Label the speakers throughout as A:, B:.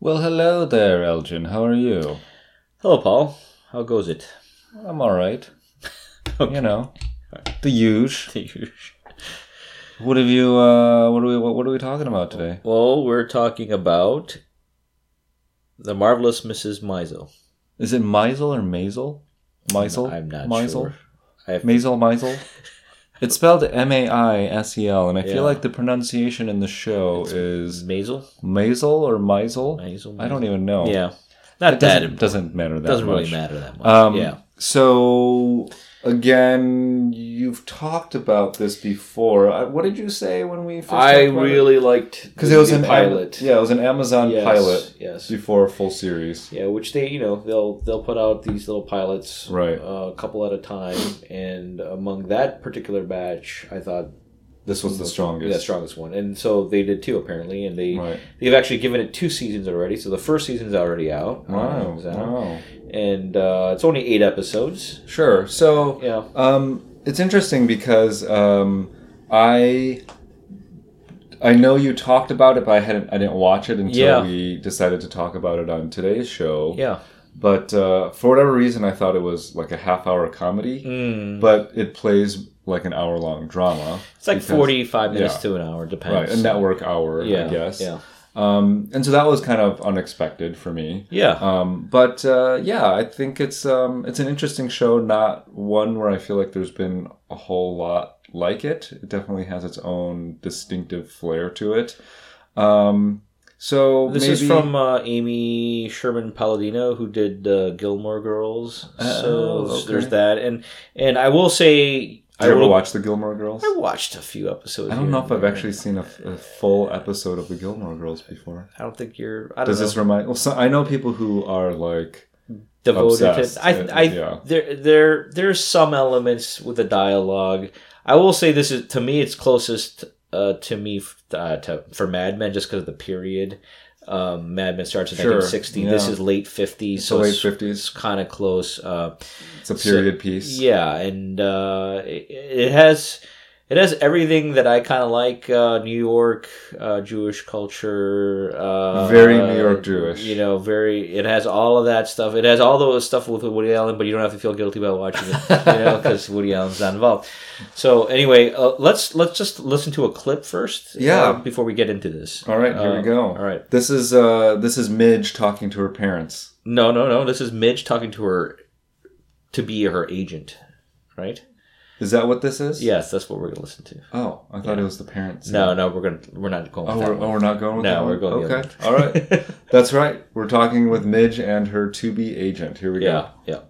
A: Well, hello there, Elgin. How are you?
B: Hello, Paul. How goes it?
A: I'm all right.
B: Okay.
A: You know, the huge.
B: well,
A: What have you? Uh, what are we? What, what are we talking about today?
B: we're talking about the marvelous Mrs. Maisel.
A: Is it Meisel or Maisel? Meisel.
B: I'm not
A: Meisel?
B: sure. I have,
A: Maisel. Meisel. It's spelled M-A-I-S-E-L, and I
B: Yeah.
A: feel like the pronunciation in the show is
B: Maisel?
A: Maisel or Meisel.
B: Maisel?
A: I don't even know.
B: Yeah, not
A: It
B: that.
A: doesn't,
B: It
A: doesn't matter that
B: doesn't
A: much.
B: really matter that much.
A: Um,
B: yeah,
A: So again, you've talked about this before. I, what did you say when we first?
C: I really liked
A: because it was an
C: pilot.
A: yeah, it was an Amazon
C: Yes,
A: pilot
C: Yes.
A: before a full series.
C: Yeah, which they you know they'll they'll put out these little pilots
A: Right.
C: uh, a couple at a time, and among that particular batch, I thought
A: This was the
C: yeah,
A: strongest.
C: strongest one, and so they did too apparently, and they
A: Right.
C: they've actually given it two seasons already. So the first season's already out,
A: Wow.
C: It's out.
A: Oh, Wow.
C: and uh, it's only eight episodes.
A: Sure. So
C: Yeah,
A: Um, it's interesting because um, I I know you talked about it, but I hadn't I didn't watch it until
C: Yeah.
A: we decided to talk about it on today's show.
C: yeah,
A: But uh, for whatever reason, I thought it was like a half hour comedy,
C: Hmm.
A: but it plays like an hour long drama,
C: it's like
A: Because-
C: forty five minutes
A: yeah.
C: to an hour, depends.
A: right? A network hour,
C: yeah,
A: I guess.
C: yeah,
A: Um, and so that was kind of unexpected for me.
C: yeah.
A: Um, but uh, yeah, I think it's um, it's an interesting show, not one where I feel like there's been a whole lot like it. It definitely has its own distinctive flair to it. Um, so
C: This is
A: maybe-
C: from uh, Amy Sherman Palladino, who did uh, Gilmore Girls.
A: Oh,
C: So
A: okay.
C: there's that, and and I will say
A: Did you
C: I
A: ever
C: will,
A: watch the Gilmore Girls?
C: I watched a few episodes.
A: I
C: here
A: don't know
C: and
A: if I've
C: there.
A: actually seen a, a full episode of the Gilmore Girls before.
C: I don't think you're. I don't
A: Does
C: know.
A: this remind? Well, so I know people who are like,
C: devoted
A: obsessed,
C: to. I
A: uh,
C: I
A: yeah.
C: there there there's some elements with the dialogue. I will say this is to me it's closest uh, to me f- uh, to for Mad Men just because of the period. Um, Mad Men starts in
A: Sure,
C: 1960. This
A: yeah.
C: is late 50s,
A: It's
C: so
A: the late
C: it's,
A: 50s.
C: it's kind of close. Uh,
A: it's a
C: So-
A: period piece.
C: Yeah, and uh, it, it has it has everything that I kind of like: uh, New York uh, Jewish culture, uh,
A: Very New York Jewish.
C: You know, very. It has all of that stuff. It has all those stuff with Woody Allen, but you don't have to feel guilty about watching it, you know, because Woody Allen's not involved. So anyway, uh, let's let's just listen to a clip first,
A: Yeah.
C: uh, before we get into this.
A: All right, here
C: Uh,
A: we go.
C: All right.
A: This is uh this is Midge talking to her parents.
C: No, no, no. This is Midge talking to her to be her agent, right?
A: Is that what this is?
C: Yes, that's what we're gonna listen to.
A: Oh, I thought it was the parents.
C: No, no, we're gonna we're not going.
A: Oh,
C: with
A: we're,
C: that
A: oh, we're not going with
C: No,
A: that.
C: we're
A: one?
C: going the
A: Okay.
C: other
A: All
C: one.
A: right. That's right. We're talking with Midge and her to be agent. Here we
C: yeah, yeah.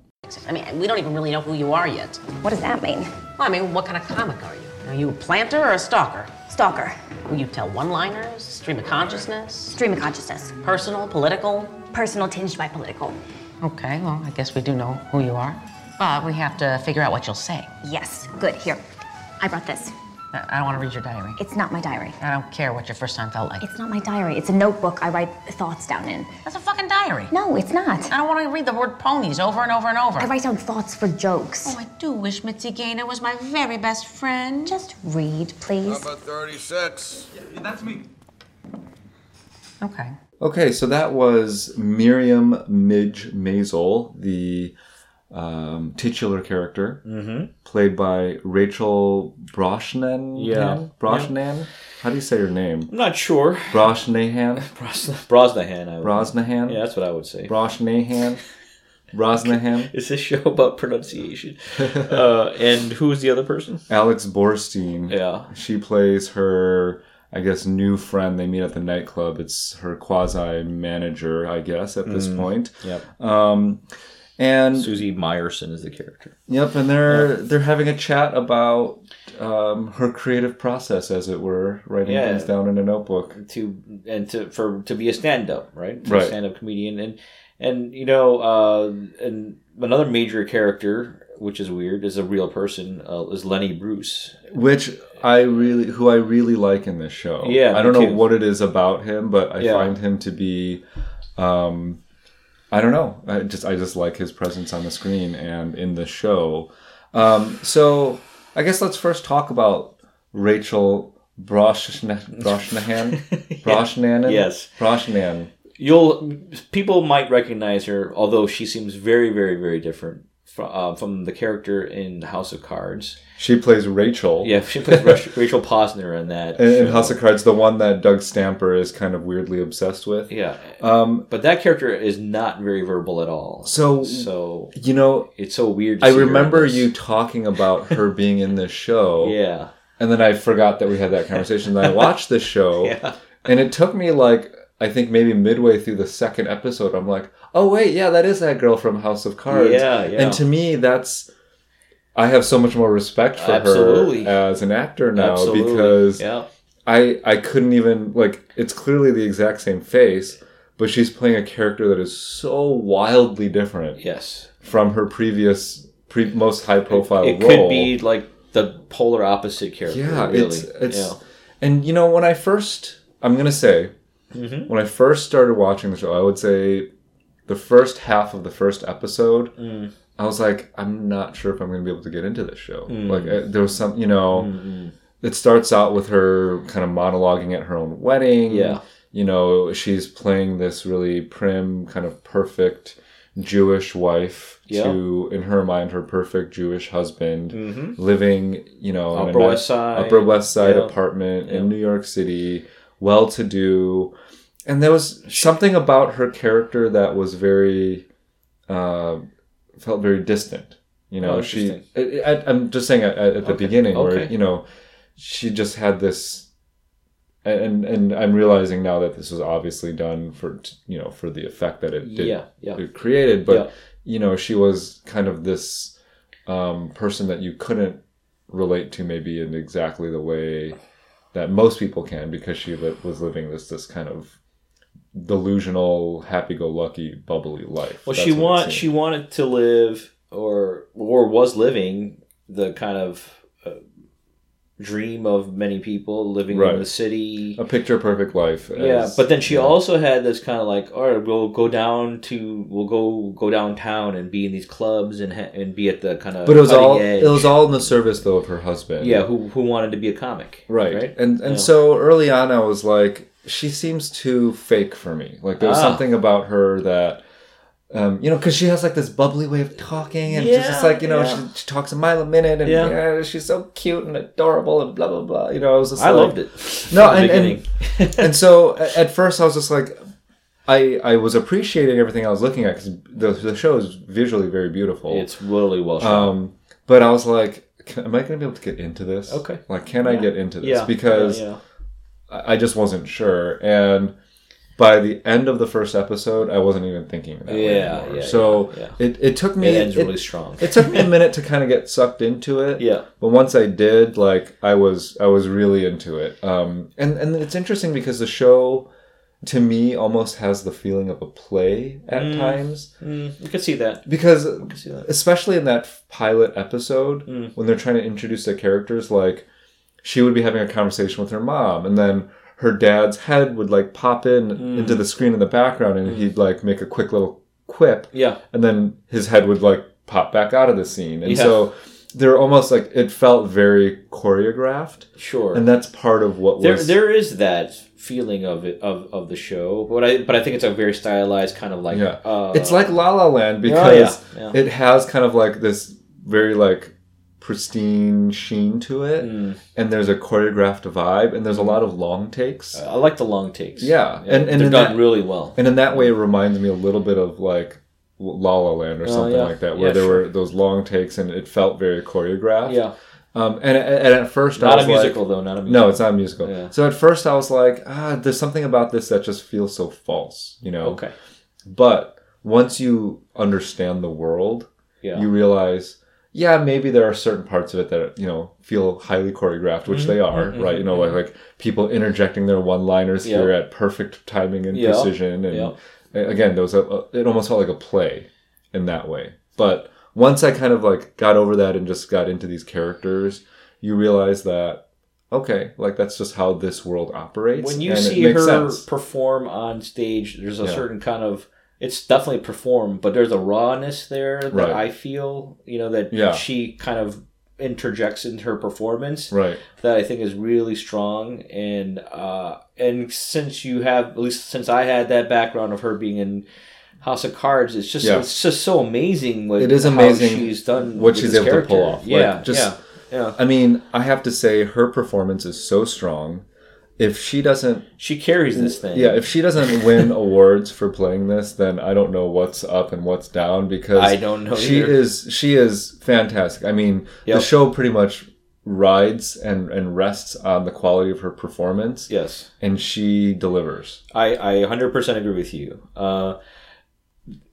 D: I mean, we don't even really know who you are yet.
E: What does that mean?
D: Well, I mean, what kind of comic are you? Are you a planter or a stalker?
E: Stalker.
D: Will you tell one-liners, stream of consciousness,
E: Stream of consciousness.
D: personal, political?
E: Personal tinged by political.
D: Okay, well, I guess we do know who you are, but we have to figure out what you'll say.
E: Yes. Good. Here. I brought this.
D: I I don't want to read your diary.
E: It's not my diary.
D: I don't care what your first time felt like.
E: It's not my diary. It's a notebook I write thoughts down in.
D: That's a fucking diary.
E: No, it's not.
D: I don't want to read the word ponies over and over and over.
E: I write down thoughts for jokes.
D: Oh, I do wish Mitzi Gaynor was my very best friend.
E: Just read, please.
F: Number 36.
D: Okay.
A: go. Okay, so that was Miriam Midge Maisel, the um, titular character,
C: Mm-hmm.
A: played by Rachel Brosnan.
C: Yeah.
A: Brosnan. How do you say her name?
C: I'm not sure.
A: Brosnahan.
C: Brosna- Brosnahan, I would.
A: Brosnahan.
C: yeah, that's what I would say.
A: Brosnahan. Brosnahan.
C: Is this show about pronunciation? uh, and who's the other person?
A: Alex Borstein.
C: Yeah.
A: She plays her, I guess, new friend they meet at the nightclub. It's her quasi manager, I guess, at this point.
C: Mm. Yep.
A: Um, and
C: Susie Meyerson is the character.
A: yep, and they're they're having a chat about um, her creative process, as it were, writing
C: Yeah.
A: things down in a notebook.
C: To and to for to be a stand-up, right? To
A: Right.
C: A stand-up comedian, and and you know, uh, and another major character, which is weird, is a real person, uh, is Lenny Bruce.
A: Which I really, who I really like in this show.
C: Yeah,
A: I don't
C: me
A: know
C: too.
A: what it is about him, but I
C: Yeah.
A: find him to be, um, I don't know. I just, I just like his presence on the screen and in the show. Um, so I guess let's first talk about Rachel Broshna- Broshnahan, Broshnahan,
C: Yes.
A: Broshnan.
C: you'll people might recognize her, although she seems very, very, very different from, uh, from the character in House of Cards.
A: She plays Rachel.
C: Yeah, she plays Rach- Rachel Posner in that.
A: And, and
C: show.
A: House of Cards, the one that Doug Stamper is kind of weirdly obsessed with.
C: yeah,
A: Um,
C: but that character is not very verbal at all.
A: so,
C: So
A: you know,
C: it's so weird. to
A: I
C: see her in
A: remember
C: this.
A: you talking about her being in this show.
C: Yeah,
A: And then I forgot that we had that conversation. then I watched the show,
C: Yeah.
A: and it took me like I think maybe midway through the second episode, I'm like, oh wait, yeah, that is that girl from House of Cards.
C: Yeah, yeah.
A: And to me, that's I have so much more respect for
C: Absolutely.
A: her as an actor now
C: absolutely.
A: because
C: yeah,
A: I I couldn't even like it's clearly the exact same face, but she's playing a character that is so wildly different
C: yes,
A: from her previous pre- most high profile
C: it
A: role.
C: could be like the polar opposite character.
A: Yeah,
C: really.
A: it's it's
C: yeah.
A: and you know when I first I'm gonna say
C: Mm-hmm.
A: when I first started watching the show, I would say the first half of the first episode,
C: Mm.
A: I was like, I'm not sure if I'm gonna be able to get into this show.
C: Mm.
A: Like uh, there was some, you know,
C: Mm-hmm.
A: it starts out with her kind of monologuing at her own wedding.
C: Yeah.
A: you know, she's playing this really prim, kind of perfect. Jewish wife
C: Yeah.
A: to, in her mind, her perfect Jewish husband,
C: Mm-hmm.
A: living, you know, in a
C: Upper
A: nice-
C: West Side.
A: Upper West Side
C: Yeah.
A: apartment in New York City, well to do. And there was something about her character that was very, uh, felt very distant. You know,
C: Oh,
A: she,
C: interesting.
A: I, I, I'm just saying at, at the beginning where,
C: okay.
A: you know, she just had this. And, and I'm realizing now that this was obviously done for you know for the effect that it did
C: Yeah, yeah.
A: it created, but
C: Yeah.
A: you know she was kind of this um, person that you couldn't relate to maybe in exactly the way that most people can because she li- was living this this kind of delusional happy-go-lucky bubbly life
C: Well,
A: That's
C: she
A: what it
C: want she
A: seemed.
C: wanted to live, or or was living the kind of uh, dream of many people living
A: Right.
C: in the city.
A: a picture perfect life as-
C: Yeah, but then she
A: yeah.
C: also had this kind of like, all right, we'll go down to, we'll go go downtown and be in these clubs and ha- and be at the kind of.
A: but it was
C: cutting
A: all
C: edge.
A: it was all in the service though of her husband
C: yeah. Who who wanted to be a comic?
A: right,
C: Right.
A: and and
C: Yeah.
A: so early on i was like she seems too fake for me like there's
C: Ah.
A: something about her that um, you know, because she has like this bubbly way of talking, and she's just
C: Yeah,
A: like you know,
C: yeah.
A: she, she talks a mile a minute, and
C: Yeah.
A: yeah. she's so cute and adorable, and blah blah blah. You know, I was just
C: I
A: like-
C: loved it.
A: No,
C: from the
A: and, and
C: beginning.
A: and so a- at first I was just like, I I was appreciating everything I was looking at because the the show is visually very beautiful.
C: it's really well shot.
A: Um, but I was like, can, am I going to be able to get into this?
C: Okay.
A: Like, can I get into this?
C: yeah,
A: because
C: yeah, yeah.
A: I I just wasn't sure. And by the end of the first episode, I wasn't even thinking that way
C: Yeah,
A: anymore.
C: yeah,
A: so
C: yeah,
A: It, it took me
C: it ends
A: it-
C: really strong.
A: it took me a minute to kind of get sucked into it.
C: Yeah.
A: But once I did, like I was I was really into it. Um and and it's interesting because the show to me almost has the feeling of a play at times
C: Mm, you could see that.
A: because
C: see that. Hmm.
A: especially in that pilot episode when they're trying to introduce the characters like she would be having a conversation with her mom and then her dad's head would like pop in
C: Hmm.
A: into the screen in the background and he'd like make a quick little quip
C: Yeah.
A: and then his head would like pop back out of the scene and
C: Yeah.
A: so they're almost like it felt very choreographed
C: Sure.
A: and that's part of what
C: there
A: was
C: there is that feeling of it of, of the show but i but i think it's a very stylized kind of like
A: yeah
C: uh,
A: it's like la la land because
C: yeah.
A: it has kind of like this very like pristine sheen to it
C: Hmm.
A: and there's a choreographed vibe and there's a lot of long takes
C: i like the long takes
A: Yeah, and- and
C: they're
A: in
C: done
A: that-
C: really well
A: and in that way it reminds me a little bit of like la la land or something
C: Oh, yeah.
A: like that where
C: Yeah,
A: there
C: sure.
A: were those long takes and it felt very choreographed
C: yeah
A: Um, and, and at first, I
C: not
A: was
C: a musical
A: Like,
C: though not a musical
A: no, it's not a musical.
C: Yeah.
A: So at first, I was like, ah, there's something about this that just feels so false, you know.
C: okay
A: But once you understand the world,
C: yeah
A: you realize, yeah, maybe there are certain parts of it that you know feel highly choreographed,
C: Mm-hmm.
A: which they are, right? You know, like like people interjecting their one-liners
C: Yeah.
A: here at perfect timing and
C: Yeah.
A: precision, and
C: Yeah.
A: a- again, there was a, a- it almost felt like a play in that way. But once I kind of like got over that and just got into these characters, you realize that okay, like that's just how this world operates.
C: when you
A: and it
C: see
A: makes
C: her
A: sense.
C: perform on stage there's a
A: Yeah.
C: certain kind of it's definitely performed but there's a rawness there that
A: Right.
C: i feel you know that
A: Yeah.
C: she kind of interjects into her performance
A: Right.
C: that I think is really strong. And uh, and since you have, at least since I had that background of her being in House of Cards, it's just
A: Yeah.
C: it's just so amazing. What
A: It is
C: how
A: amazing
C: she's done
A: what
C: with
A: she's
C: this
A: able to pull off.
C: character.
A: Like,
C: Yeah,
A: just-
C: yeah, yeah.
A: I mean, I have to say her performance is so strong. If she doesn't,
C: She carries this thing.
A: yeah, if she doesn't win awards for playing this, then I don't know what's up and what's down because
C: I don't know
A: She
C: either.
A: is she is fantastic. I mean, the
C: Yep.
A: show pretty much rides and and rests on the quality of her performance,
C: Yes.
A: and she delivers.
C: I, I 100% agree with you. Uh,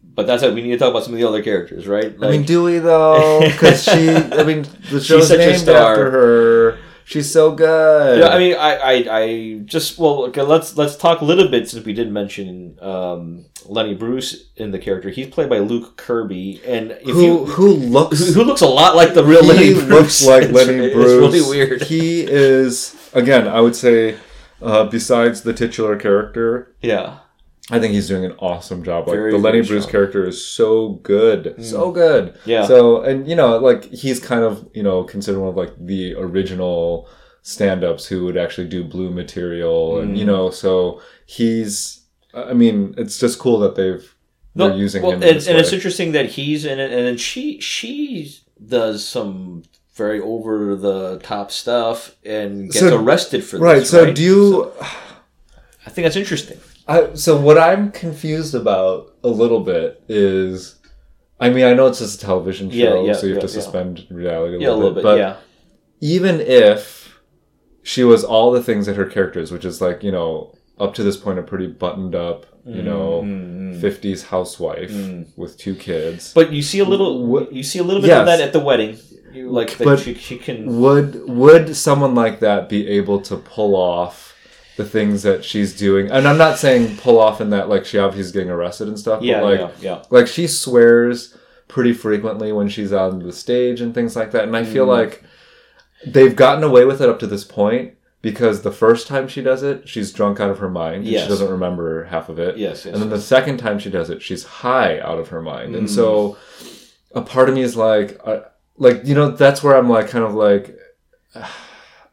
C: but that's it. We need to talk about some of the other characters, right?
A: I mean, Dewey though, because she. I mean, the show's
C: such a
A: named
C: star.
A: after her. She's so good.
C: yeah, I mean, I, I, I just well, okay, let's let's talk a little bit since we did mention um, Lenny Bruce in the character. He's played by Luke Kirby, and if
A: who
C: you,
A: who looks
C: who looks a lot like the real Lenny
A: he
C: Bruce.
A: looks like
C: It's-
A: Lenny Bruce.
C: It's really weird.
A: He is again. I would say, uh, besides the titular character,
C: yeah,
A: I think he's doing an awesome job. Like
C: Very
A: the
C: good
A: Lenny Bruce
C: job. Hmm.
A: character is so good, so good.
C: Yeah.
A: So and you know, like he's kind of you know considered one of like the original stand-ups who would actually do blue material, and
C: Hmm.
A: you know, so he's. I mean, it's just cool that they've they're using
C: well,
A: him. in
C: and,
A: this
C: and it's
A: way.
C: interesting that he's in it, and then she she does some very over the top stuff and gets
A: So-
C: arrested for
A: right.
C: this.
A: So do you?
C: I think that's interesting.
A: I, so what I'm confused about a little bit is, I mean, I know it's just a television show,
C: Yeah, yeah,
A: so you have
C: yeah,
A: to
C: yeah.
A: suspend reality a
C: Yeah, a
A: little,
C: little bit.
A: bit. But
C: yeah,
A: even if she was all the things that her character is, which is like you know up to this point a pretty buttoned up,
C: Mm,
A: you know, 50s housewife with two kids.
C: but you see a little
A: What-
C: you see a little bit
A: Yes.
C: of that at the wedding. You like that
A: But-
C: she, she can.
A: would would someone like that be able to pull off the things that she's doing? And I'm not saying pull off in that like she obviously is getting arrested and stuff.
C: Yeah,
A: but like,
C: yeah, yeah.
A: Like she swears pretty frequently when she's on the stage and things like that. And I feel
C: Mm-hmm.
A: like they've gotten away with it up to this point. Because the first time she does it, she's drunk out of her mind. And
C: Yes.
A: She doesn't remember half of it.
C: Yes, yes,
A: And then the second time she does it, she's high out of her mind. And so
C: Mm.
A: a part of me is like, I, like you know, that's where I'm like, kind of like,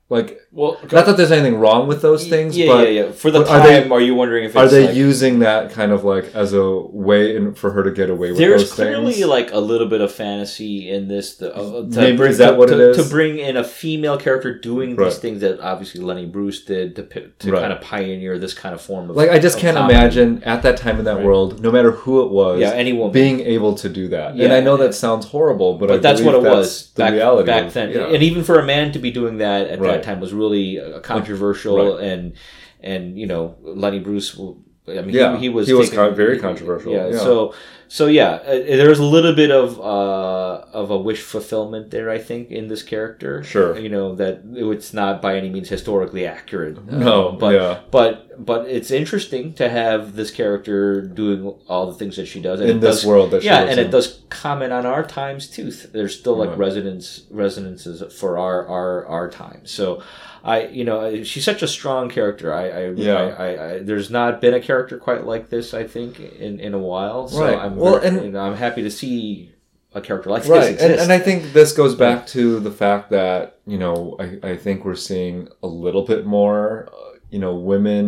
A: like
C: Well,
A: not that there's anything wrong with those things,
C: yeah,
A: but
C: yeah, yeah. For the
A: but are
C: time,
A: they-
C: are, you wondering if it's
A: are they
C: like,
A: using that kind of like as a way in, for her to get away with
C: There's
A: those
C: clearly
A: things?
C: like a little bit of fantasy in this. The, uh, to
A: Maybe
C: bring,
A: is that
C: to,
A: what it
C: to-
A: is?
C: to bring in a female character doing
A: Right.
C: these things that obviously Lenny Bruce did to pi- to
A: Right.
C: kind of pioneer this kind of form of
A: Like I just
C: of
A: can't
C: comedy.
A: imagine at that time in that world, no matter who it was,
C: Yeah, any woman.
A: being able to do that. and
C: Yeah,
A: I know
C: yeah.
A: that sounds horrible, but, I
C: But that's
A: believe
C: what it
A: that's
C: was
A: The
C: back,
A: reality
C: back
A: of-
C: then,
A: yeah.
C: and even for a man to be doing that at
A: Right.
C: that time was really uh, controversial.
A: Right.
C: And and you know, Lenny Bruce, well, I mean,
A: Yeah,
C: he, he was
A: he was
C: taken-
A: con- very controversial,
C: Yeah,
A: yeah.
C: so so yeah, uh, there's a little bit of uh, of a wish fulfillment there, I think, in this character.
A: Sure.
C: you know that it's not by any means historically accurate. uh,
A: No,
C: but
A: yeah.
C: but but it's interesting to have this character doing all the things that she does and
A: In
C: it
A: this
C: does-
A: world that she
C: yeah,
A: lives
C: and
A: in.
C: it does comment on our times too. There's still like
A: Right.
C: resonance resonances for our our our time. So. I you know she's such a strong character. I I,
A: Yeah.
C: I, I, I there's not been a character quite like this. I think in, in a while. So
A: Right.
C: I'm
A: Well,
C: very-
A: and-
C: you know, I'm happy to see a character like this
A: right and,
C: exist.
A: and i think this goes back to the fact that you know i, I think we're seeing a little bit more uh, you know women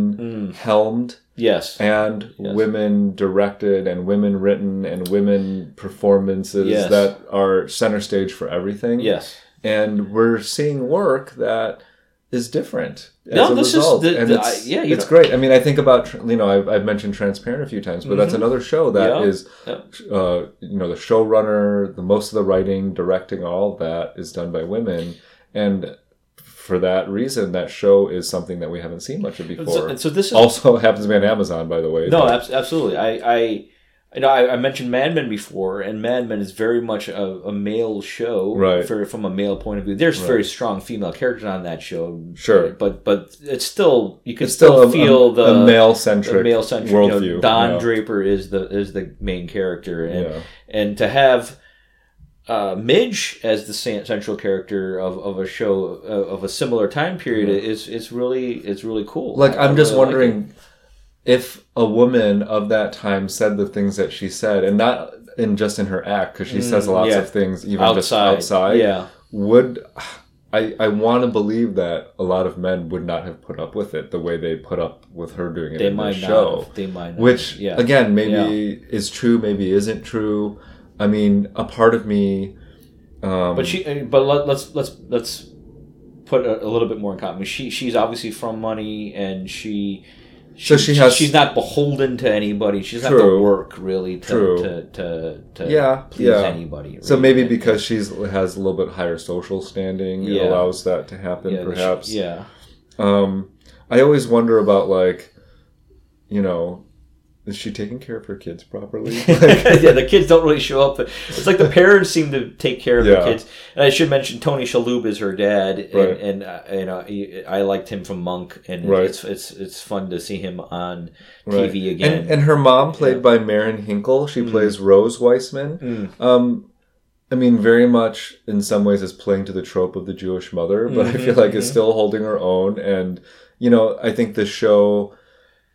A: helmed
C: yes.
A: and women directed and women written and women performances
C: Yes.
A: that are center stage for everything
C: Yes.
A: and we're seeing work that is different as
C: No,
A: a
C: this is
A: result.
C: the-
A: and
C: the-
A: it's,
C: I- yeah, you
A: it's
C: know.
A: great. I mean, I think about tr- you know I've, I've mentioned Transparent a few times, but that's another show that
C: Mm-hmm. Yeah.
A: is,
C: Yeah.
A: uh, you know, the showrunner, the most of the writing, directing, all of that is done by women, and for that reason, that show is something that we haven't seen much of before.
C: So, and so this is
A: also happens to be on Amazon, by the way.
C: No,
A: but-
C: abs- absolutely. I, I, you know, I, I mentioned Mad Men before, and Mad Men is very much a, a male show,
A: Right.
C: For, from a male point of view, there's very strong female characters on that show,
A: Sure.
C: But but it's still you can
A: it's still,
C: still,
A: a,
C: feel the
A: male centric,
C: male centric
A: worldview.
C: You know, Don
A: yeah.
C: Draper is the is the main character, and
A: Yeah.
C: and to have uh, Midge as the cen- central character of, of a show uh, of a similar time period is is really it's really cool.
A: Mm-hmm. Like
C: I- I
A: I'm just
C: really like it.
A: wondering if a woman of that time said the things that she said, and not in just in her act, because she says lots
C: Mm, yeah.
A: of things even
C: outside,
A: just outside.
C: yeah.
A: would I I want to believe that a lot of men would not have put up with it the way they put up with her doing it
C: They
A: in the
C: might
A: show.
C: not. Have, they might not.
A: Which
C: yeah.
A: again, maybe is true, maybe isn't true. I mean, a part of me
C: But she, uh, but let, let's let's let's put a, a little bit more in context. She she's obviously from money, and she,
A: So she has-
C: she's not beholden to anybody. She doesn't have to
A: True.
C: work really to
A: True.
C: to, to, to
A: Yeah,
C: please
A: yeah.
C: anybody.
A: So
C: really.
A: maybe because she's has a little bit higher social standing, it
C: Yeah.
A: allows that to happen.
C: Yeah, the sh-
A: perhaps.
C: yeah.
A: Um, I always wonder about like, you know, is she taking care of her kids properly? Like,
C: yeah, the kids don't really show up. It's like the parents seem to take care of
A: Yeah.
C: the kids. And I should mention Tony Shalhoub is her dad, and,
A: Right.
C: and uh, you know he- I liked him from Monk, and
A: Right.
C: it's it's it's fun to see him on
A: right.
C: TV again. Mm.
A: And, and her mom, played by Marin Hinkle, she plays Rose Weissman. Um, I mean, very much in some ways is playing to the trope of the Jewish mother, but
C: Mm-hmm,
A: I feel like is still holding her own. And you know, I think the show.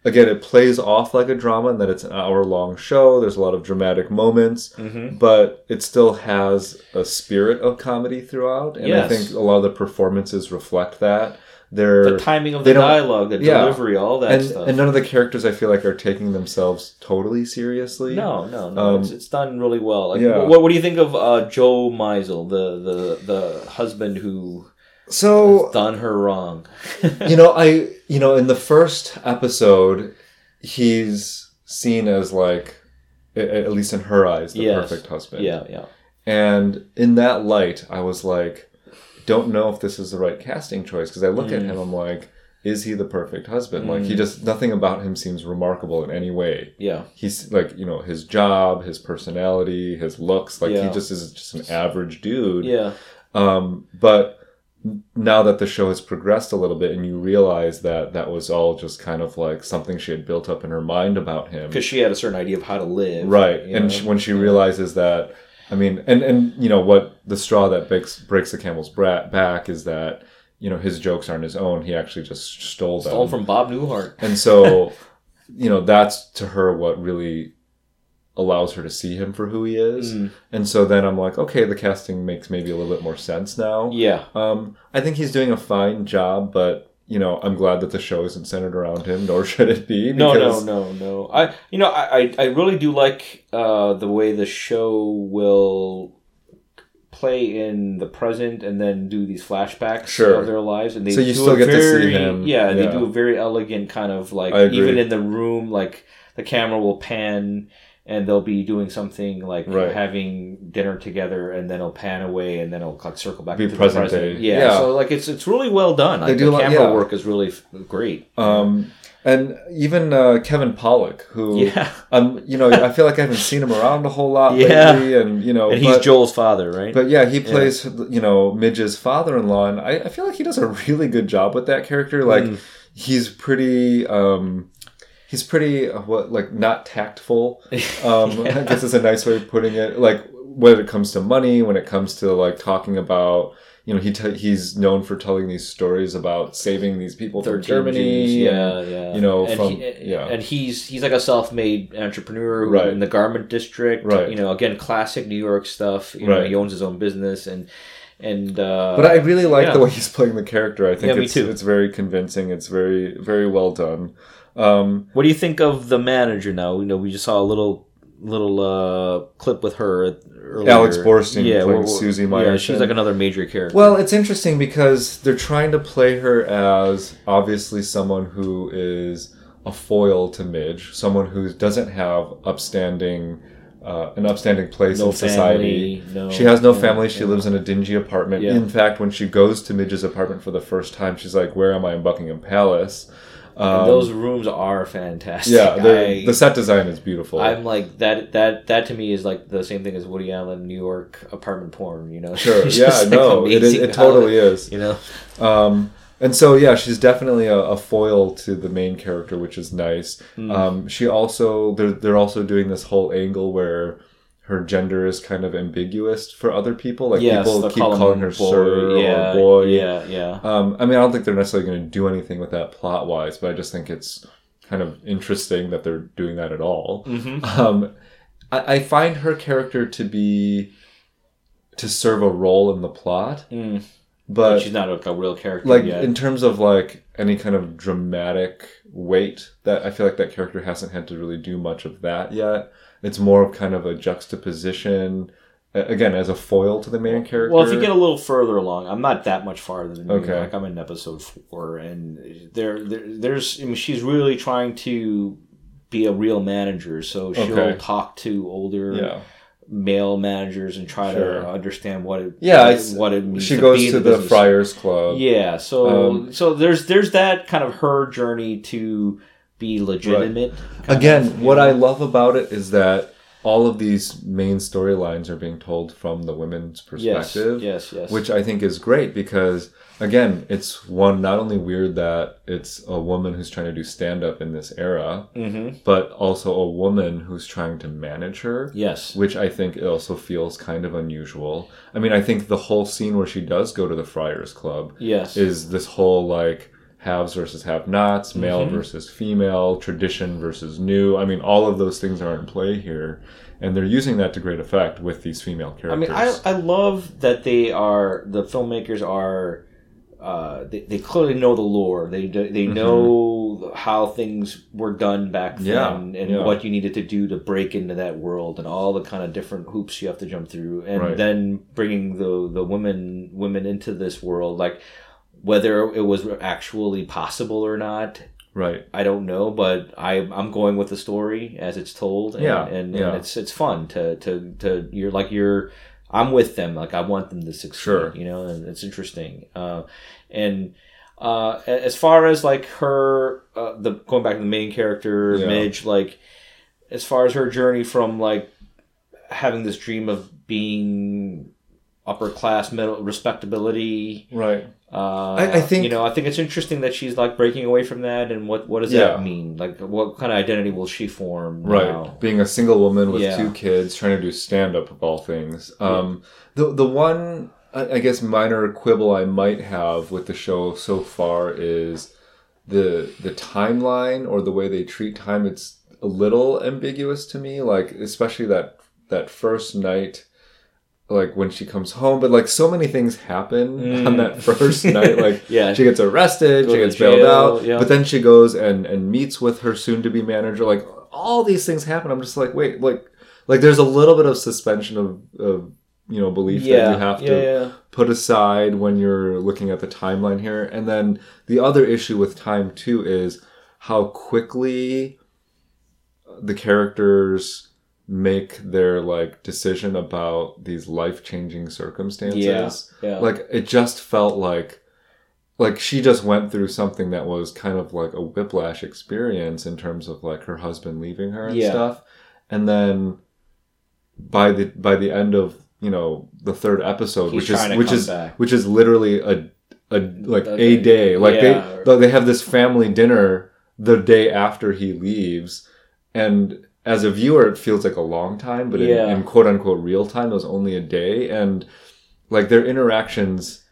A: Again, it plays off like a drama in that it's an hour long show. There's a lot of dramatic moments,
C: Mm-hmm.
A: but it still has a spirit of comedy throughout. And I
C: Yes.
A: think a lot of the performances reflect that. They're,
C: the timing of
A: they
C: the
A: don't-
C: dialogue, the
A: yeah.
C: delivery, all that
A: and,
C: stuff.
A: and none of the characters I feel like are taking themselves totally seriously.
C: no, no, no.
A: Um,
C: it's, it's done really well. Like,
A: yeah.
C: what, what do you think of uh, Joe Meisel, the, the the husband who
A: So
C: done her wrong?
A: you know, I you know, in the first episode, he's seen as like, a- at least in her eyes, the
C: Yes.
A: perfect husband.
C: yeah, yeah.
A: And in that light, I was like, don't know if this is the right casting choice because I look
C: Mm.
A: at him, I'm like, is he the perfect husband? Like he just nothing about him seems remarkable in any way.
C: Yeah,
A: he's like you know his job his personality his looks like he
C: Yeah.
A: just is just an average dude
C: yeah,
A: um but now that the show has progressed a little bit and you realize that that was all just kind of like something she had built up in her mind about him
C: because she had a certain idea of how to live,
A: right
C: you know?
A: and she, when she realizes that i mean and and you know what the straw that breaks breaks the camel's bra- back is that you know his jokes aren't his own he actually just stole them
C: all from Bob Newhart.
A: and so, you know, that's to her what really allows her to see him for who he is.
C: Mm.
A: And so then I'm like, okay, the casting makes maybe a little bit more sense now.
C: Yeah,
A: Um, I think he's doing a fine job, but you know, I'm glad that the show isn't centered around him, nor should it be.
C: no, no,
A: because-
C: no, no. I, you know, I, I, I really do like uh, the way the show will play in the present and then do these flashbacks
A: Sure.
C: of their lives, and they
A: So you
C: do
A: still
C: a
A: get to see
C: very,
A: him.
C: Yeah, they
A: Yeah.
C: do a very elegant kind of like
A: I agree.
C: even in the room, like the camera will pan. And they'll be doing something like
A: Right.
C: having dinner together, and then it'll pan away, and then it'll like circle back
A: Be
C: to
A: present
C: the present.
A: day.
C: Yeah.
A: Yeah.
C: so like it's it's really well done. Like,
A: do a
C: the
A: lot-
C: camera
A: yeah.
C: work is really f- great.
A: Um, and even uh, Kevin Pollock, who
C: Yeah.
A: um, you know, I feel like I haven't seen him around a whole lot
C: Yeah.
A: lately, and you know,
C: and he's
A: but-
C: Joel's father, right?
A: But yeah, he plays you know Midge's father-in-law, and I, I feel like he does a really good job with that character. Like
C: Hmm.
A: he's pretty, um, he's pretty uh, what like not tactful. Um, I guess is a nice way of putting it. Like when it comes to money, when it comes to like talking about. You know, he t- he's known for telling these stories about saving these people from Germany.
C: Jews, yeah,
A: and,
C: yeah.
A: You know,
C: and
A: from
C: he,
A: yeah,
C: and he's he's like a self-made entrepreneur who-
A: Right.
C: in the garment district.
A: Right.
C: You know, again, classic New York stuff. You know,
A: Right.
C: he owns his own business and and uh,
A: But I really like
C: yeah.
A: the way he's playing the character. I think
C: Yeah, me
A: it's
C: too.
A: it's very convincing. It's very very well done. Um,
C: what do you think of the manager now? You know, we just saw a little little uh, clip with her. Earlier.
A: Alex Borstein playing
C: wh- wh-
A: Susie
C: Yeah,
A: Meyerson.
C: she's like another major character.
A: well, it's interesting because they're trying to play her as obviously someone who is a foil to Midge, someone who doesn't have upstanding uh, an upstanding place
C: No
A: in society.
C: family, no-
A: she has no
C: yeah,
A: family. She lives in a dingy apartment.
C: Yeah.
A: In fact, when she goes to Midge's apartment for the first time, she's like, "Where am I in Buckingham Palace?" Um,
C: those rooms are fantastic.
A: Yeah, the,
C: I-
A: the set design is beautiful.
C: I'm like that. That that to me is like the same thing as Woody Allen New York apartment porn. You know,
A: sure.
C: It's
A: Yeah,
C: just, like,
A: no, it, is,
C: amazing
A: it
C: how-
A: totally is.
C: You know,
A: And so, yeah, she's definitely a, a foil to the main character, which is nice.
C: Hmm.
A: Um, she also they're they're also doing this whole angle where her gender is kind of ambiguous for other people. Like
C: yes,
A: people
C: they'll
A: keep
C: call him
A: calling her
C: boy,
A: sir
C: yeah,
A: or boy.
C: Yeah, yeah.
A: Um, I mean, I don't think they're necessarily going to do anything with that plot wise, but I just think it's kind of interesting that they're doing that at all.
C: Mm-hmm.
A: Um, I, I find her character to be to serve a role in the plot.
C: Mm.
A: But
C: she's not like a real character
A: like
C: yet.
A: in terms of like any kind of dramatic weight that I feel like that character hasn't had to really do much of that yet. It's more of kind of a juxtaposition a- again as a foil to the main character.
C: well, if you get a little further along, I'm not that much farther than you.
A: Okay.
C: Like I'm in episode four, and there, there there's. I mean, she's really trying to be a real manager, so she'll
A: Okay.
C: talk to older
A: yeah.
C: male managers and try
A: Sure.
C: to understand what it
A: Yeah,
C: what it-
A: it's-
C: what it means.
A: She
C: to
A: goes
C: be in
A: to the
C: business.
A: Friars Club.
C: Yeah, so
A: Um,
C: so there's there's that kind of her journey to be legitimate.
A: Again, what I love about it is that all of these main storylines are being told from the women's
C: Yes,
A: perspective.
C: yes, yes.
A: which I think is great because again, it's one not only weird that it's a woman who's trying to do stand up in this era,
C: Mhm.
A: but also a woman who's trying to manage her.
C: yes,
A: Which I think it also feels kind of unusual. I mean, I think the whole scene where she does go to the Friars Club
C: yes,
A: is this whole like haves versus have
C: Mm-hmm.
A: nots, male versus female, tradition versus new. I mean, all of those things are in play here, and they're using that to great effect with these female
C: I
A: characters.
C: mean, I, I love that they are the filmmakers are. Uh, they, they clearly know the lore. They do- they
A: Mm-hmm.
C: know how things were done back then
A: Yeah,
C: and
A: yeah.
C: what you needed to do to break into that world and all the kind of different hoops you have to jump through. And
A: Right.
C: then bringing the the women women into this world, like whether it was actually possible or not,
A: right.
C: I don't know, but I I'm going with the story as it's told. And,
A: Yeah,
C: and, and
A: yeah.
C: it's it's fun to to to you're like you're I'm with them. Like I want them to succeed.
A: Sure.
C: You know, and it's interesting. Uh, and uh, a- as far as like her, uh, the going back to the main character
A: Yeah.
C: Midge, like as far as her journey from like having this dream of being upper class, middle respectability,
A: Right.
C: uh,
A: I- I think-
C: you know. I think it's interesting that she's like breaking away from that, and what what does
A: Yeah.
C: that mean? Like, what kind of identity will she form?
A: Right.
C: now?
A: Being a single woman with
C: Yeah.
A: two kids, trying to do stand up of all things. Um, the the one I I guess minor quibble I might have with the show so far is the the timeline or the way they treat time. It's a little ambiguous to me. Like especially that that first night. Like when she comes home, but like so many things happen on that first night. Like
C: Mm. Yeah.
A: she gets arrested, she
C: to
A: gets bailed
C: jail,
A: out,
C: yeah.
A: but then she goes and and meets with her soon to be manager. Like all these things happen. I'm just like, wait, like like there's a little bit of suspension of of you know belief that
C: Yeah,
A: you have
C: yeah,
A: to
C: yeah.
A: put aside when you're looking at the timeline here. And then the other issue with time too is how quickly the characters make their like decision about these life-changing circumstances
C: Yeah, yeah.
A: like it just felt like like she just went through something that was kind of like a whiplash experience in terms of like her husband leaving her and
C: Yeah.
A: stuff and then by the by the end of you know the third episode
C: He's
A: which is
C: trying to
A: which
C: come
A: is
C: back.
A: which is literally a a like
C: The-
A: a day like
C: Yeah.
A: they they have this family dinner the day after he leaves and as a viewer it feels like a long time but
C: Yeah.
A: in, in quote unquote real time it was only a day and like their interactions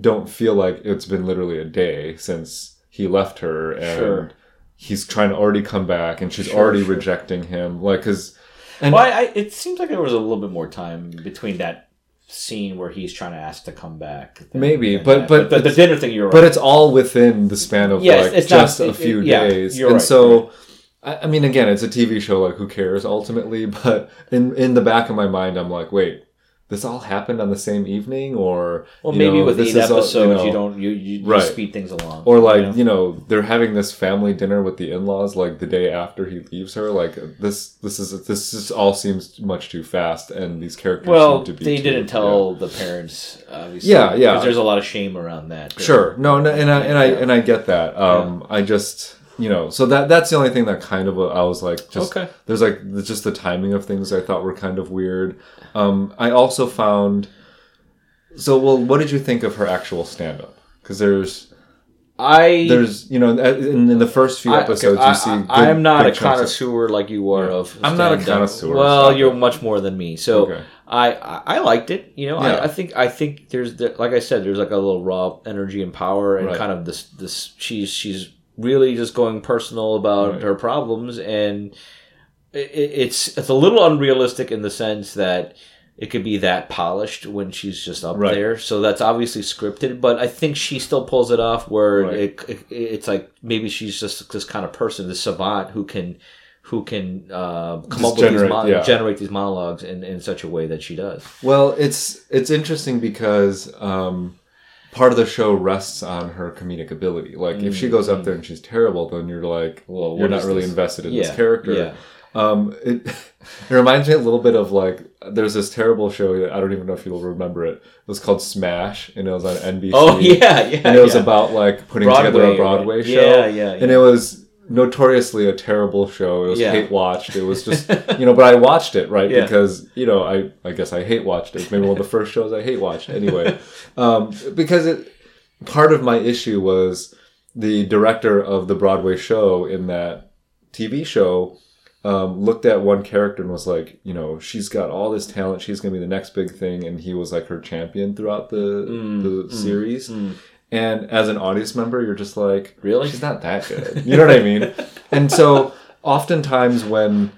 A: don't feel like it's been literally a day since he left her and
C: Sure.
A: he's trying to already come back and she's already rejecting him like because
C: well, I, I, it seems like there was a little bit more time between that scene where he's trying to ask to come back. than-
A: Maybe,
C: than
A: but-
C: that.
A: but
C: the, the dinner thing, you're right.
A: but it's all within the span of
C: Yes,
A: like
C: it's not-
A: just
C: it-
A: a few
C: it- yeah,
A: days
C: you're
A: and
C: right,
A: so
C: you're
A: I, I mean again it's a tv show like who cares ultimately but in in the back of my mind i'm like wait this all happened on the same evening or
C: well,
A: you
C: maybe
A: know,
C: with
A: this
C: each
A: is all-
C: episodes, you,
A: know,
C: don't you you,
A: Right.
C: you speed things along,
A: or like
C: you
A: you know
C: know?
A: they're having this family dinner with the in-laws like the day after he leaves her like this this is this just all seems much too fast and these characters
C: well,
A: seem to be
C: they
A: too-
C: didn't
A: yeah.
C: tell the parents, obviously.
A: Yeah, yeah.
C: 'cause There's a lot of shame around that.
A: Sure. No, no, and I and I and I get that. Um, I just you know, so that that's the only thing that kind of I was like, just
C: Okay.
A: there's like there's just the timing of things I thought were kind of weird. Um, I also found. So well, what did you think of her actual stand up? Because there's
C: I
A: there's you know uh, in, in the first few
C: I-
A: episodes
C: okay,
A: you see.
C: I,
A: good-
C: I am not a
A: big chunks of-
C: connoisseur like you are of.
A: I'm not a
C: stand-up.
A: connoisseur,
C: Well,
A: so-
C: you're much more than me. So
A: Okay.
C: I, I I liked it. You know,
A: Yeah.
C: I, I think I think there's the, like I said, there's like a little raw energy and power and
A: Right.
C: kind of this this she's she's really just going personal about her problems and it, it's it's a little unrealistic in the sense that it could be that polished when she's just up
A: Right.
C: there. So that's obviously scripted, but I think she still pulls it off where
A: Right.
C: it, it, it's like maybe she's just this kind of person, this savant who can who can uh, come
A: Just
C: up with these
A: generate-
C: mon-
A: yeah.
C: generate these monologues in, in such a way that she does.
A: Well, it's it's interesting because um, part of the show rests on her comedic ability. Like if
C: Mm,
A: she goes up there and she's terrible, then you're like
B: Well, what
A: you're not
B: is
A: really
B: this?
A: invested in
C: Yeah,
A: this character.
C: yeah.
A: Um, it it reminds me a little bit of like there's this terrible show that I don't even know if you'll remember it. It was called Smash, and it was on NBC.
C: Oh yeah, yeah.
A: and it was
C: yeah.
A: about like putting together
C: Broadway,
A: a Broadway
C: right?
A: show.
C: Yeah, yeah,
A: And
C: yeah.
A: it was notoriously a terrible show. It was
C: Yeah.
A: hate watched. It was just you know, but I watched it right
C: Yeah.
A: because you know I I guess I hate watched it. It's Maybe one of the first shows I hate watched anyway, um, because it part of my issue was the director of the Broadway show in that TV show um, looked at one character and was like, you know, she's got all this talent. She's going to be the next big thing. And he was like her champion throughout the, the series. And as an audience member, you're just like,
B: Really?
A: She's not that good. You know what I mean? and so oftentimes when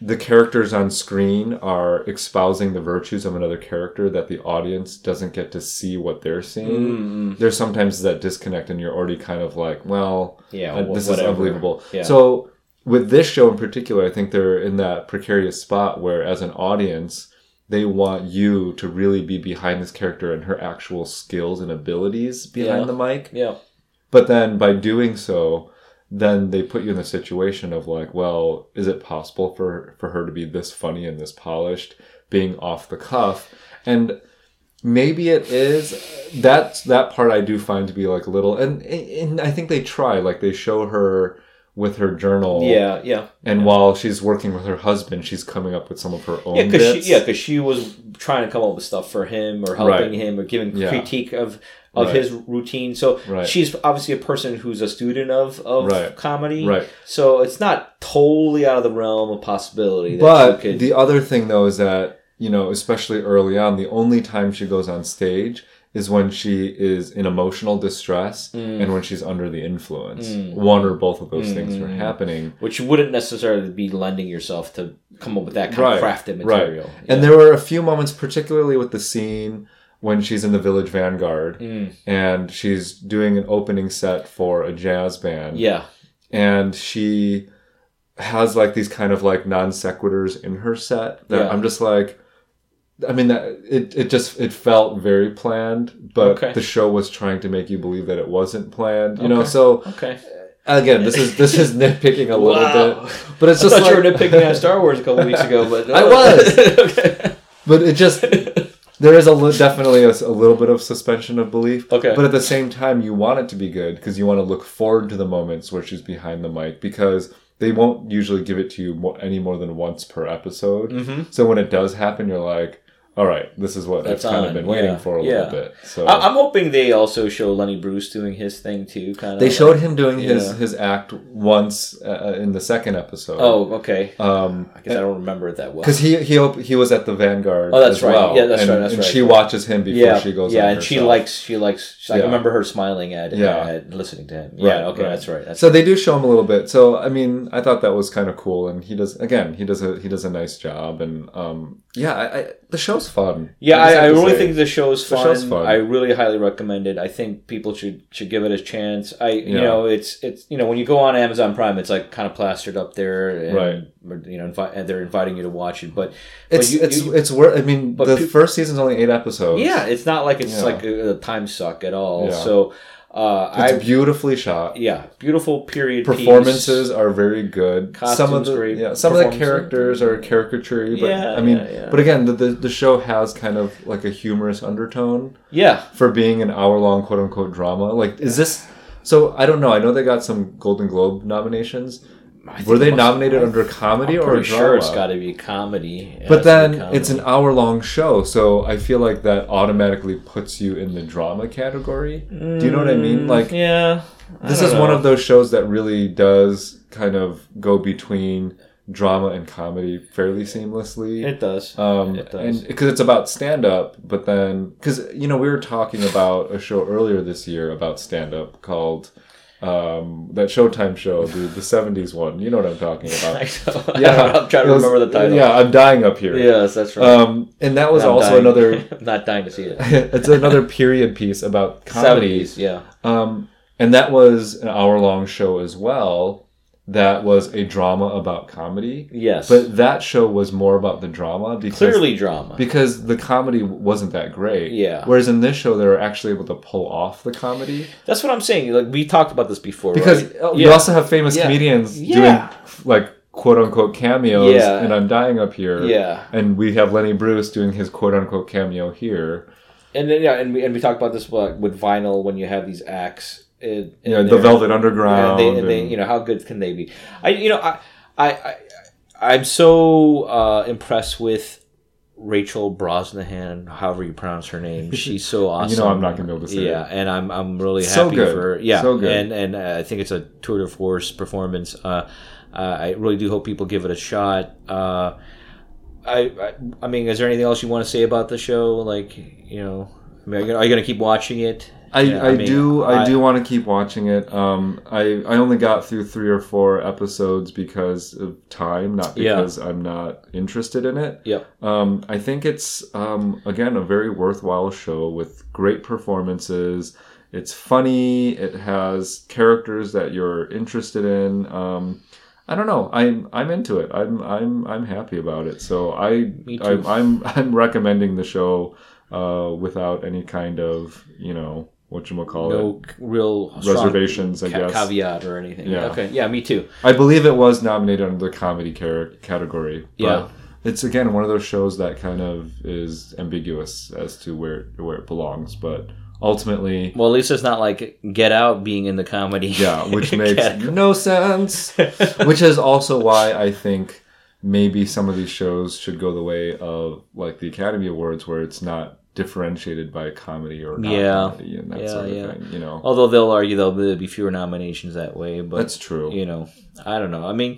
A: the characters on screen are espousing the virtues of another character that the audience doesn't get to see what they're seeing.
B: Mm.
A: There's sometimes that disconnect, and you're already kind of like, well,
B: Yeah,
A: uh,
B: wh-
A: this
B: whatever.
A: is unbelievable.
B: Yeah.
A: So with this show in particular, I think they're in that precarious spot where, as an audience, they want you to really be behind this character and her actual skills and abilities behind
B: Yeah.
A: the mic.
B: Yeah.
A: But then by doing so, then they put you in the situation of like, well, is it possible for for her to be this funny and this polished, being off the cuff? And maybe it is that's that part I do find to be like a little and and I think they try like they show her with her journal
B: Yeah, yeah.
A: and while she's working with her husband she's coming up with some of her own
B: Yeah, because
A: bits.
B: she, yeah, 'cause she was trying to come up with stuff for him or helping
A: Right.
B: him or giving
A: Yeah.
B: critique of of
A: Right.
B: his routine. So
A: Right.
B: she's obviously a person who's a student of, of
A: Right.
B: comedy.
A: Right.
B: So it's not totally out of the realm of possibility that
A: But
B: you could
A: the other thing, though, is that you know, especially early on, the only time she goes on stage is when she is in emotional distress and when she's under the influence. One or both of those things are happening.
B: which you wouldn't necessarily be lending yourself to come up with that kind of crafted
A: right.
B: material.
A: And there were a few moments, particularly with the scene when she's in the Village Vanguard and she's doing an opening set for a jazz band
B: Yeah.
A: and she has like these kind of like non sequiturs in her set that
B: Yeah.
A: I'm just like I mean that it, it just it felt very planned, but
B: Okay.
A: the show was trying to make you believe that it wasn't planned. You know, so
B: Okay.
A: again, this is this is nitpicking a little
B: Wow.
A: bit. But it's
B: I
A: just
B: thought
A: like,
B: you were nitpicking on Star Wars a couple weeks ago, but
A: I was. But it just there is a li- definitely a, s- a little bit of suspension of belief.
B: Okay.
A: But at the same time, you want it to be good because you want to look forward to the moments where she's behind the mic because they won't usually give it to you more, any more than once per episode.
B: Mm-hmm.
A: So when it does happen, you're like, all right, this is what
B: That's
A: I've kind
B: on,
A: of been waiting
B: yeah,
A: for a
B: yeah.
A: little bit. So
B: I, I'm hoping they also show Lenny Bruce doing his thing too. Kind of.
A: they showed him doing his
B: Yeah.
A: his act once uh, in the second episode.
B: Oh, okay.
A: Um,
B: I guess I don't remember it that well.
A: because he he op- he was at the Vanguard.
B: Oh, that's
A: as
B: right.
A: well,
B: Yeah, that's
A: and,
B: right, that's
A: and
B: right.
A: she watches him before
B: yeah,
A: she goes.
B: yeah,
A: on
B: and she
A: herself.
B: likes she likes. I
A: Yeah.
B: remember her smiling at
A: Yeah.
B: at listening to him. Yeah,
A: Right,
B: okay,
A: right.
B: that's right. That's
A: So they do show him a little bit. So I mean, I thought that was kind of cool, and he does again. He does a he does a nice job, and um, yeah, I, I, the show's fun.
B: Yeah,
A: just
B: I,
A: have
B: I
A: to
B: really
A: say.
B: think the show is
A: The
B: fun.
A: show's fun.
B: I really highly recommend it. I think people should should give it a chance. I you
A: Yeah.
B: know it's it's you know when you go on Amazon Prime, it's like kind of plastered up there, and,
A: Right.
B: You know, invi- and they're inviting you to watch it, but but
A: it's
B: you,
A: it's
B: you-
A: it's worth. I mean,
B: but
A: the
B: peop-
A: first season's only eight episodes.
B: yeah, it's not like it's
A: Yeah.
B: like a, a time suck at all.
A: Yeah.
B: So uh,
A: it's
B: I
A: beautifully shot.
B: yeah, beautiful period piece.
A: Performances are very good. some of
B: Costumes
A: the
B: great.
A: yeah, some of the
B: Performances.
A: characters are caricature, but
B: Yeah,
A: I mean,
B: yeah, yeah.
A: but again, the, the the show has kind of like a humorous undertone.
B: Yeah,
A: for being an hour long quote unquote drama? Like, is this so? I don't know. I know they got some Golden Globe nominations. Were they nominated under comedy or
B: pretty
A: a drama?
B: sure it's got to be comedy. Yeah,
A: but
B: it's gotta
A: then
B: be
A: it's an hour long show, so I feel like that automatically puts you in the drama category. Do you know what I mean? Like,
B: comedy. Mm, yeah. I
A: this
B: don't
A: is one
B: know.
A: of those shows that really does kind of go between drama and comedy fairly seamlessly.
B: it does.
A: Um,
B: It does.
A: because it's about stand up, but then because you know we were talking about a show earlier this year about stand up called Um, that Showtime show, the, the 70s one. You know what I'm talking about.
C: yeah, I'm trying
A: It
C: to
A: was-
C: remember the title.
A: Yeah, I'm dying up here.
C: Yes, that's right.
A: Um, and that was
C: I'm
A: also
C: dying-
A: another.
C: I'm not dying to see it.
A: it's another period piece about comedy.
C: Seventies, yeah.
A: Um, and that was an hour long show as well. That was a drama about comedy.
C: Yes.
A: But that show was more about the drama because
C: Clearly drama.
A: because the comedy wasn't that great.
C: Yeah.
A: Whereas in this show, they were actually able to pull off the comedy
C: That's what I'm saying. Like we talked about this before.
A: because
C: right?
A: uh,
C: Oh, Yeah.
A: you also have famous
C: Yeah.
A: comedians
C: Yeah.
A: doing like quote unquote cameos
C: Yeah.
A: and I'm dying up here.
C: Yeah.
A: And we have Lenny Bruce doing his quote unquote cameo here.
C: and then yeah, and we and we talked about this like, with vinyl when you have these acts. In, in
A: You know, the
C: there.
A: Velvet Underground.
C: and they, and they,
A: and-
C: you know, how good can they be? I, you know, I, I, I I'm so uh, impressed with Rachel Brosnahan, however you pronounce her name. She's so awesome.
A: You know I'm not gonna be able to say
C: Yeah, and I'm I'm really happy
A: So good.
C: for her. Yeah,
A: So good.
C: and and uh, I think it's a tour de force performance. Uh, uh, I really do hope people give it a shot. Uh, I, I I mean, is there anything else you want to say about the show? Like, you know, I mean, are you gonna, are you gonna keep watching it?
A: I,
C: Yeah,
A: I,
C: mean,
A: do I, do want to keep watching it. Um, I I only got through three or four episodes because of time, not
C: Yeah.
A: because I'm not interested in it.
C: Yep.
A: Um, I think it's um, again a very worthwhile show with great performances. It's funny. It has characters that you're interested in. Um, I don't know. I'm I'm into it. I'm I'm I'm happy about it. So I
C: Me too.
A: I'm, I'm I'm recommending the show uh, without any kind of you know what you call it.
C: no c- real strong
A: Reservations, I
C: ca-
A: guess.
C: caveat or anything.
A: Yeah.
C: Okay. Yeah, me too.
A: I believe it was nominated under the comedy car- category. But
C: Yeah.
A: It's again one of those shows that kind of is ambiguous as to where where it belongs, but ultimately,
C: Well, at least it's not like Get Out being in the comedy.
A: yeah, which makes
C: category.
A: no sense. which is also why I think maybe some of these shows should go the way of like the Academy Awards, where it's not differentiated by comedy or not
C: Yeah.
A: comedy and that
C: Yeah,
A: sort of
C: yeah.
A: thing. You know,
C: Although they'll argue there'll be fewer nominations that way, but
A: that's true.
C: you know, I don't know. I mean,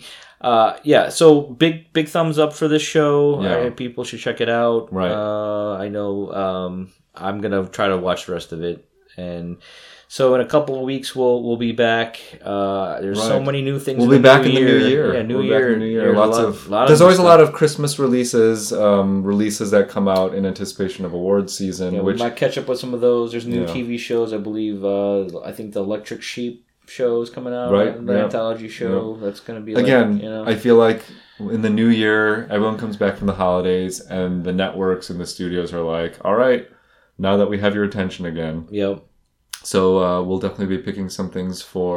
C: uh, yeah. So big, big thumbs up for this show.
A: Yeah.
C: I- people should check it out.
A: Right.
C: Uh, I know. Um, I'm gonna try to watch the rest of it, and so in a couple of weeks we'll we'll be back. Uh, there's so
A: Right.
C: many new things.
A: We'll be back in the new year.
C: Yeah, new
A: We'll be back
C: year.
A: in the new year.
C: There's a
A: Lots
C: lot-
A: of,
C: lot
A: there's
C: new
A: always a
C: stuff.
A: lot of Christmas releases, um, releases that come out in anticipation of awards season.
C: Yeah,
A: which
C: we might catch up with some of those. There's new
A: Yeah.
C: TV shows, I believe. Uh, I think the Electric Sheep show is coming out.
A: Right,
C: The
A: yeah.
C: anthology show. That's going to be
A: again,
C: Like, you know,
A: I feel like in the new year, everyone comes back from the holidays, and the networks and the studios are like, "All right, now that we have your attention again."
C: yep.
A: So uh, we'll definitely be picking some things for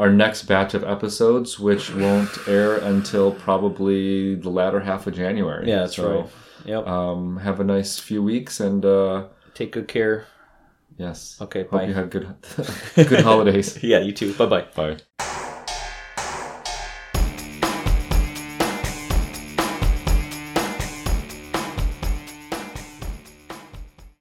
A: our next batch of episodes, which won't air until probably the latter half of January.
C: Yeah, that's
A: So,
C: right. Yep.
A: Um, have a nice few weeks and. Uh,
C: Take good care.
A: Yes.
C: Okay,
A: Hope
C: bye.
A: you had good good holidays.
C: Yeah, you too. Bye bye.
A: Bye.